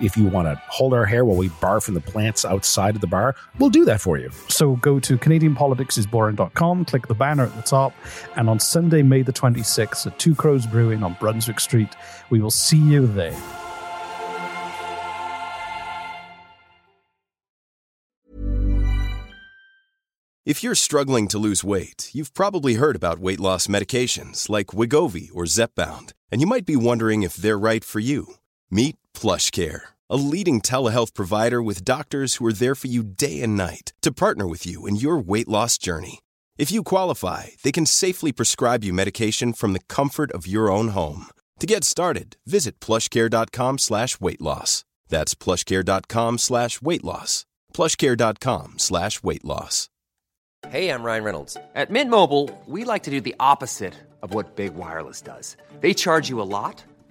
If you want to hold our hair while we barf in the plants outside of the bar, we'll do that for you. So go to CanadianPoliticsIsBoring.com, click the banner at the top, and on Sunday, May the 26th at Two Crows Brewing on Brunswick Street, we will see you there. If you're struggling to lose weight, you've probably heard about weight loss medications like Wigovi or Zepbound, and you might be wondering if they're right for you. Meet PlushCare, a leading telehealth provider with doctors who are there for you day and night to partner with you in your weight loss journey. If you qualify, they can safely prescribe you medication from the comfort of your own home. To get started, visit plushcare.com slash weight loss. That's plushcare.com slash weight loss. plushcare.com slash weight loss. Hey, I'm Ryan Reynolds. At Mint Mobile, we like to do the opposite of what Big Wireless does. They charge you a lot,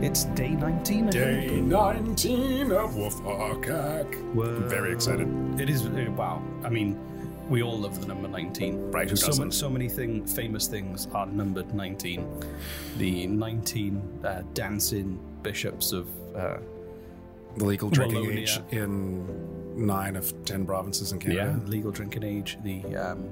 It's day 19. I think. Day 19 of Wolfhawk. Wow. Very excited. It is uh, wow. I mean, we all love the number 19. Right, who so doesn't? Many, so many thing, famous things are numbered 19. The 19 uh, dancing bishops of. Uh, The legal drinking Wallonia. age in nine of ten provinces in yeah, Canada. Um, legal drinking age. The um,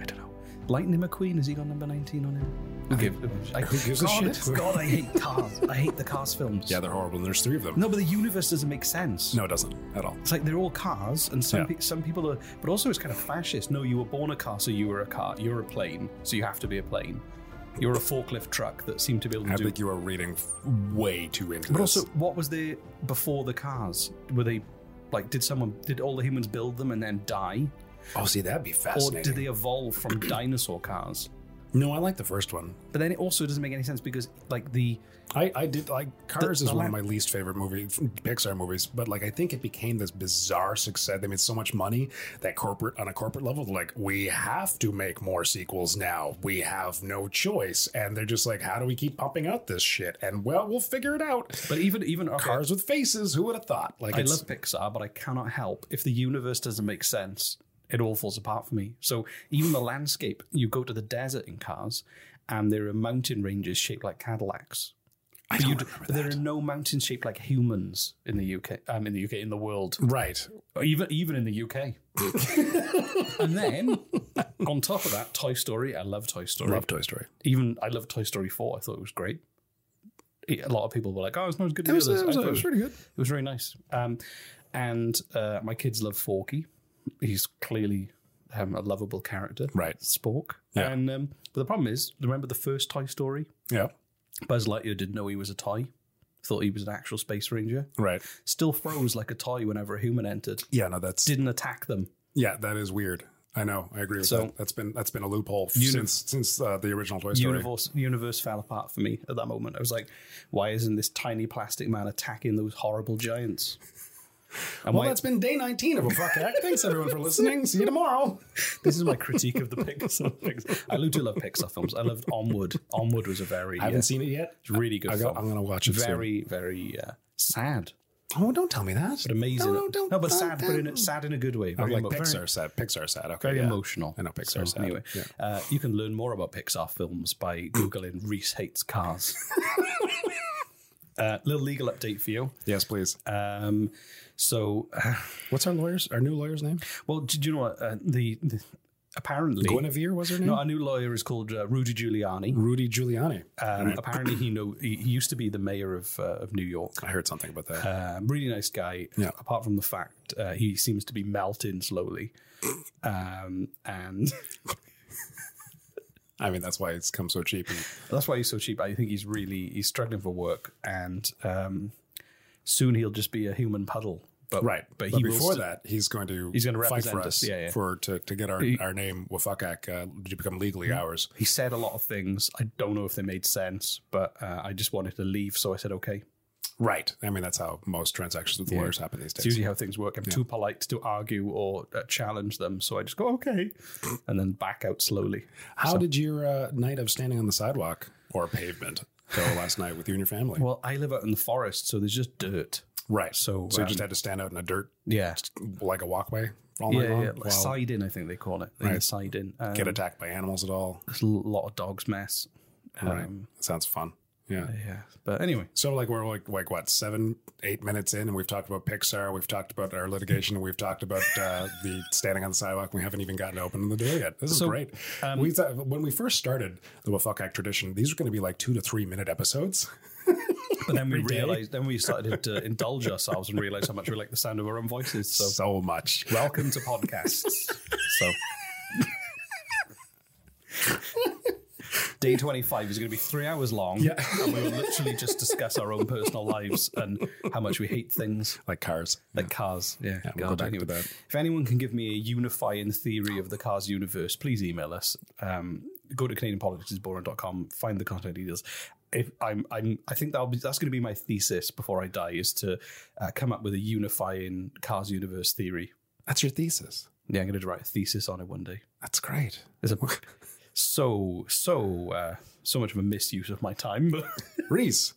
I don't know. Lightning McQueen has he got number nineteen on him? Who gives, I, who gives a God, shit? it's- God, I hate cars. I hate the cars films. Yeah, they're horrible, and there's three of them. no, but the universe doesn't make sense. No, it doesn't at all. It's like they're all cars, and some Yeah. pe- some people are. But also, it's kind of fascist. No, you were born a car, so you were a car. You're a plane, so you have to be a plane. You're a forklift truck that seemed to be able to I do. think you are reading f- way too into but this. also, what was there before the cars? Were they like? Did someone? Did all the humans build them and then die? oh, see, that'd be or fascinating. did they evolve from dinosaur cars? No, I like the first one. But then it also doesn't make any sense because like the I, I did like Cars The- is the one of la- my least favorite movie Pixar movies, but like I think it became this bizarre success. They made so much money that corporate on a corporate level, they're like we have to make more sequels now. We have no choice, and they're just like, how do we keep pumping out this shit? And well, we'll figure it out. but even even okay, Cars with faces. Who would have thought? Like I it's- love Pixar, but I cannot help if the universe doesn't make sense, it all falls apart for me. So even the landscape, you go to the desert in Cars, and there are mountain ranges shaped like Cadillacs. I But don't you d- remember but there that. are no mountains shaped like humans in the UK. Um, in the UK, in the world, Right. even even in the UK. and then on top of that, Toy Story. I love Toy Story. Love Toy Story. even I love Toy Story 4. I thought it was great. It- a lot of people were like, "Oh, it's not as good It as was, the others." it, was, I thought it was pretty good. it was very nice. Um, and uh, my kids love Forky. He's clearly um, a lovable character, Right. Spork. Yeah. And um, but the problem is, remember the first Toy Story? Yeah. Buzz Lightyear didn't know he was a toy. Thought he was an actual space ranger. Right. Still froze like a toy whenever a human entered. Yeah. No, that's Didn't attack them. yeah. That is weird. I know. I agree with So- that. That's been that's been a loophole Uni- since since uh, the original Toy Story. Universe, universe fell apart for me at that moment. I was like, why isn't this tiny plastic man attacking those horrible giants? And Well, why- that's been day 19 of a fuck act. Thanks everyone for listening. See you tomorrow. This is my critique of the Pixar. films. I do love Pixar films. I loved Onward. Onward was a very I haven't uh, seen it yet. it's a really good I film. got- I'm gonna watch it soon. Very very uh, sad, Oh, don't tell me that. but amazing. No, no, don't. no but don't- sad, but in a, don't. sad in a good way. Okay, Very like emo- Pixar very- sad. Pixar sad. Okay. Very yeah. emotional. I know Pixar So, sad. Anyway, Yeah. uh, you can learn more about Pixar films by googling Reese hates cars. uh, little legal update for you. Yes, please. Um, so, uh, What's our lawyer's, our new lawyer's name? well, do, do you know what? Uh, the, the apparently Guinevere was her name? No, our new lawyer is called uh, Rudy Giuliani. Rudy Giuliani. Um, apparently, he know he he used to be the mayor of uh, of New York. I heard something about that. Um, really nice guy. Yeah. Apart from the fact uh, he seems to be melting slowly, um, and I mean, that's why it's come so cheap. And that's why he's so cheap. I think he's really he's struggling for work, and um, soon he'll just be a human puddle. But but, he will before st- that, he's going to He's gonna fight represent for us. us, Yeah, yeah. for to, to get our, He- Mm-hmm. our name Wafakak uh, to become legally ours. he said a lot of things. I don't know if they made sense, but uh, I just wanted to leave, so I said okay. Right. I mean, that's how most transactions with lawyers happen these It's days. usually how things work. I'm too polite to argue or uh, challenge them, so I just go okay, and then back out slowly. how did your uh, night of standing on the sidewalk or pavement go last night with you and your family? Well, I live out in the forest, so there's just dirt. right. so, so you just um, had to stand out in a dirt Yeah, like a walkway all yeah, night long. yeah. Like Wow. siding, I think they call it. Right. Right. Siding. Um, Get attacked by animals at all? There's a lot of dogs mess. Right. Um, Sounds fun. Yeah. yeah, but anyway, So like we're like like what seven eight minutes in, and we've talked about Pixar, we've talked about our litigation, and we've talked about uh, the standing on the sidewalk. We haven't even gotten to open the door yet. This is So, um, great. we thought when we first started the Wafuck Act tradition, these were going to be like two to three minute episodes. but then we Every day. realized, then we started to indulge ourselves and realize how much we like the sound of our own voices. So, So, much. welcome to podcasts. so. Day 25 is going to be three hours long. Yeah. And we will literally just discuss our own personal lives and how much we hate things. like cars. Like cars. Yeah. we'll go God, back anyway. to that. If anyone can give me a unifying theory of the cars universe, please email us. Um, go to CanadianPoliticsIsBoring.com, find the contact details. If I'm, I'm, I think that'll be that's going to be my thesis before I die is to uh, come up with a unifying cars universe theory. That's your thesis. Yeah, I'm going to write a thesis on it one day. That's great. It's a, so so uh, so much of a misuse of my time. But Reese,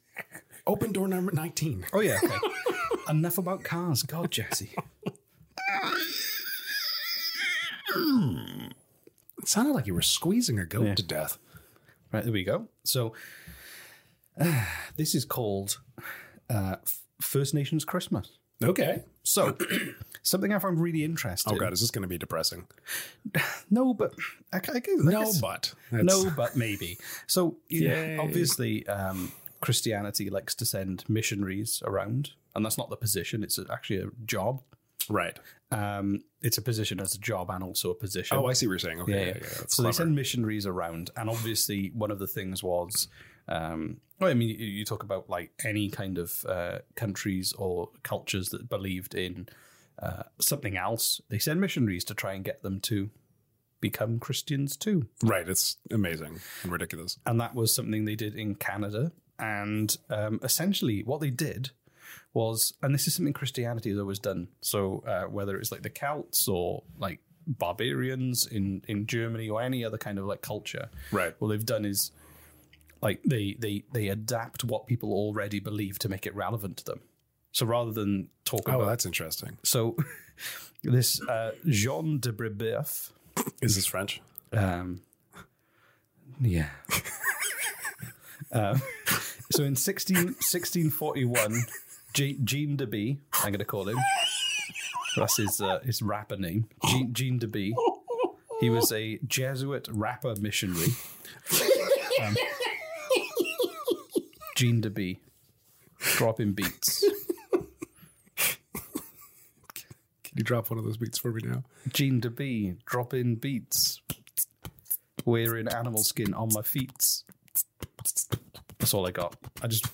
open door number nineteen. oh yeah, okay. enough about cars. God, Jesse. It sounded like you were squeezing a goat to death. Right, there we go. So uh, this is called uh, F- First Nations Christmas. Okay. So something I found really interesting. Oh god, is this going to be depressing? No, but I, ca- I guess, I No, guess- but no, but maybe. So you Yay. know, obviously, um, Christianity likes to send missionaries around, and that's not the position. It's actually a job. right. Um, it's a position as a job and also a position. Oh, I see what you're saying. Okay, yeah, yeah, that's so they clever. send missionaries around, and obviously one of the things was, um, well, I mean, you, you talk about like any kind of uh, countries or cultures that believed in uh, something else. They send missionaries to try and get them to become Christians too, Right. It's amazing and ridiculous. and that was something they did in Canada. And um, essentially, what they did was, and this is something Christianity has always done. So uh, whether it's like the Celts or like barbarians in in Germany or any other kind of like culture, Right. What they've done is like they they they adapt what people already believe to make it relevant to them. So rather than talk Oh, about that's interesting. so this uh, Jean de Brebeuf, Is this French? um, yeah. Um, so in 16, 1641, Je- Jean de B, I'm going to call him. That's his, uh, his rapper name, Jean, Jean de B. He was a Jesuit rapper missionary. Um, Jean de B, dropping beats. Can you drop one of those beats for me now? Jean de B, dropping beats. Wearing animal skin on my feet. That's all I got. I just.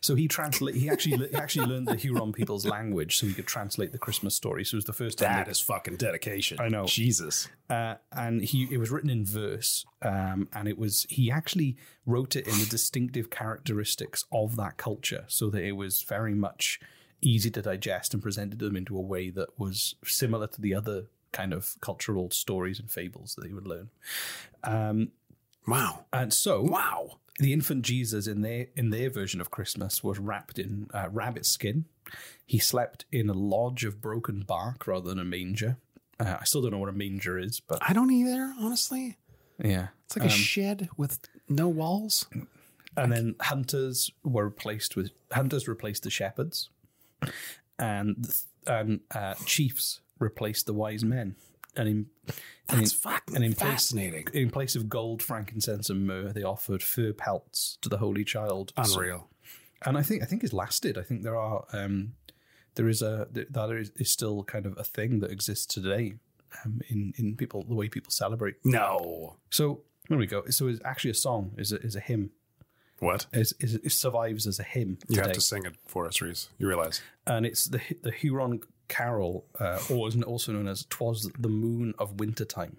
So he translate. He actually he actually learned the Huron people's language, so he could translate the Christmas story. So it was the first time. That they- is fucking dedication. I know. Jesus. uh, and he it was written in verse, um, and it was he actually wrote it in the distinctive characteristics of that culture, so that it was very much easy to digest and presented them into a way that was similar to the other kind of cultural stories and fables that they would learn. Um, Wow. and so, wow, the infant Jesus in their in their version of Christmas was wrapped in uh, rabbit skin. He slept in a lodge of broken bark rather than a manger. Uh, I still don't know what a manger is, but I don't either, honestly. yeah, It's like a shed with no walls. and then hunters were replaced with hunters replaced the shepherds, and th- and uh, chiefs replaced the wise men. And in and in, That's fucking and in place, fascinating. in place of gold, frankincense, and myrrh, they offered fur pelts to the holy child. Unreal. and I think I think it's lasted. I think there are um, there is a that is, is still kind of a thing that exists today um, in in people the way people celebrate. No. So there we go. So it's actually a song is a, is a hymn. What? Is, is it survives as a hymn You today, have to sing it for us, Reese. You realize? and it's the the Huron Carol, uh, or isn't it also known as "Twas the Moon of Wintertime."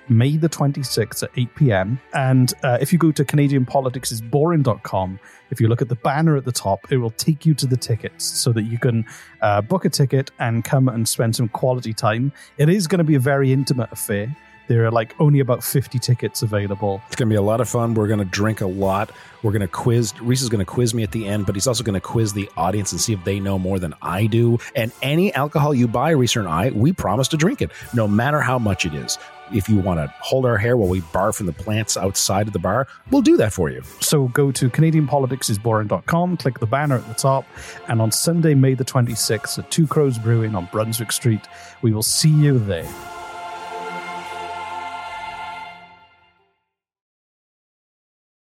May the 26th at 8 p.m. And uh, if you go to CanadianPoliticsIsBoring.com, if you look at the banner at the top, it will take you to the tickets so that you can uh, book a ticket and come and spend some quality time. It is going to be a very intimate affair. There are like only about 50 tickets available. It's going to be a lot of fun. We're going to drink a lot. We're going to quiz. Reese is going to quiz me at the end, but he's also going to quiz the audience and see if they know more than I do. And any alcohol you buy, Reese and I, we promise to drink it, no matter how much it is. If you want to hold our hair while we barf in the plants outside of the bar, we'll do that for you. So go to CanadianPoliticsIsBoring.com, click the banner at the top, and on Sunday, May the 26th at Two Crows Brewing on Brunswick Street, we will see you there.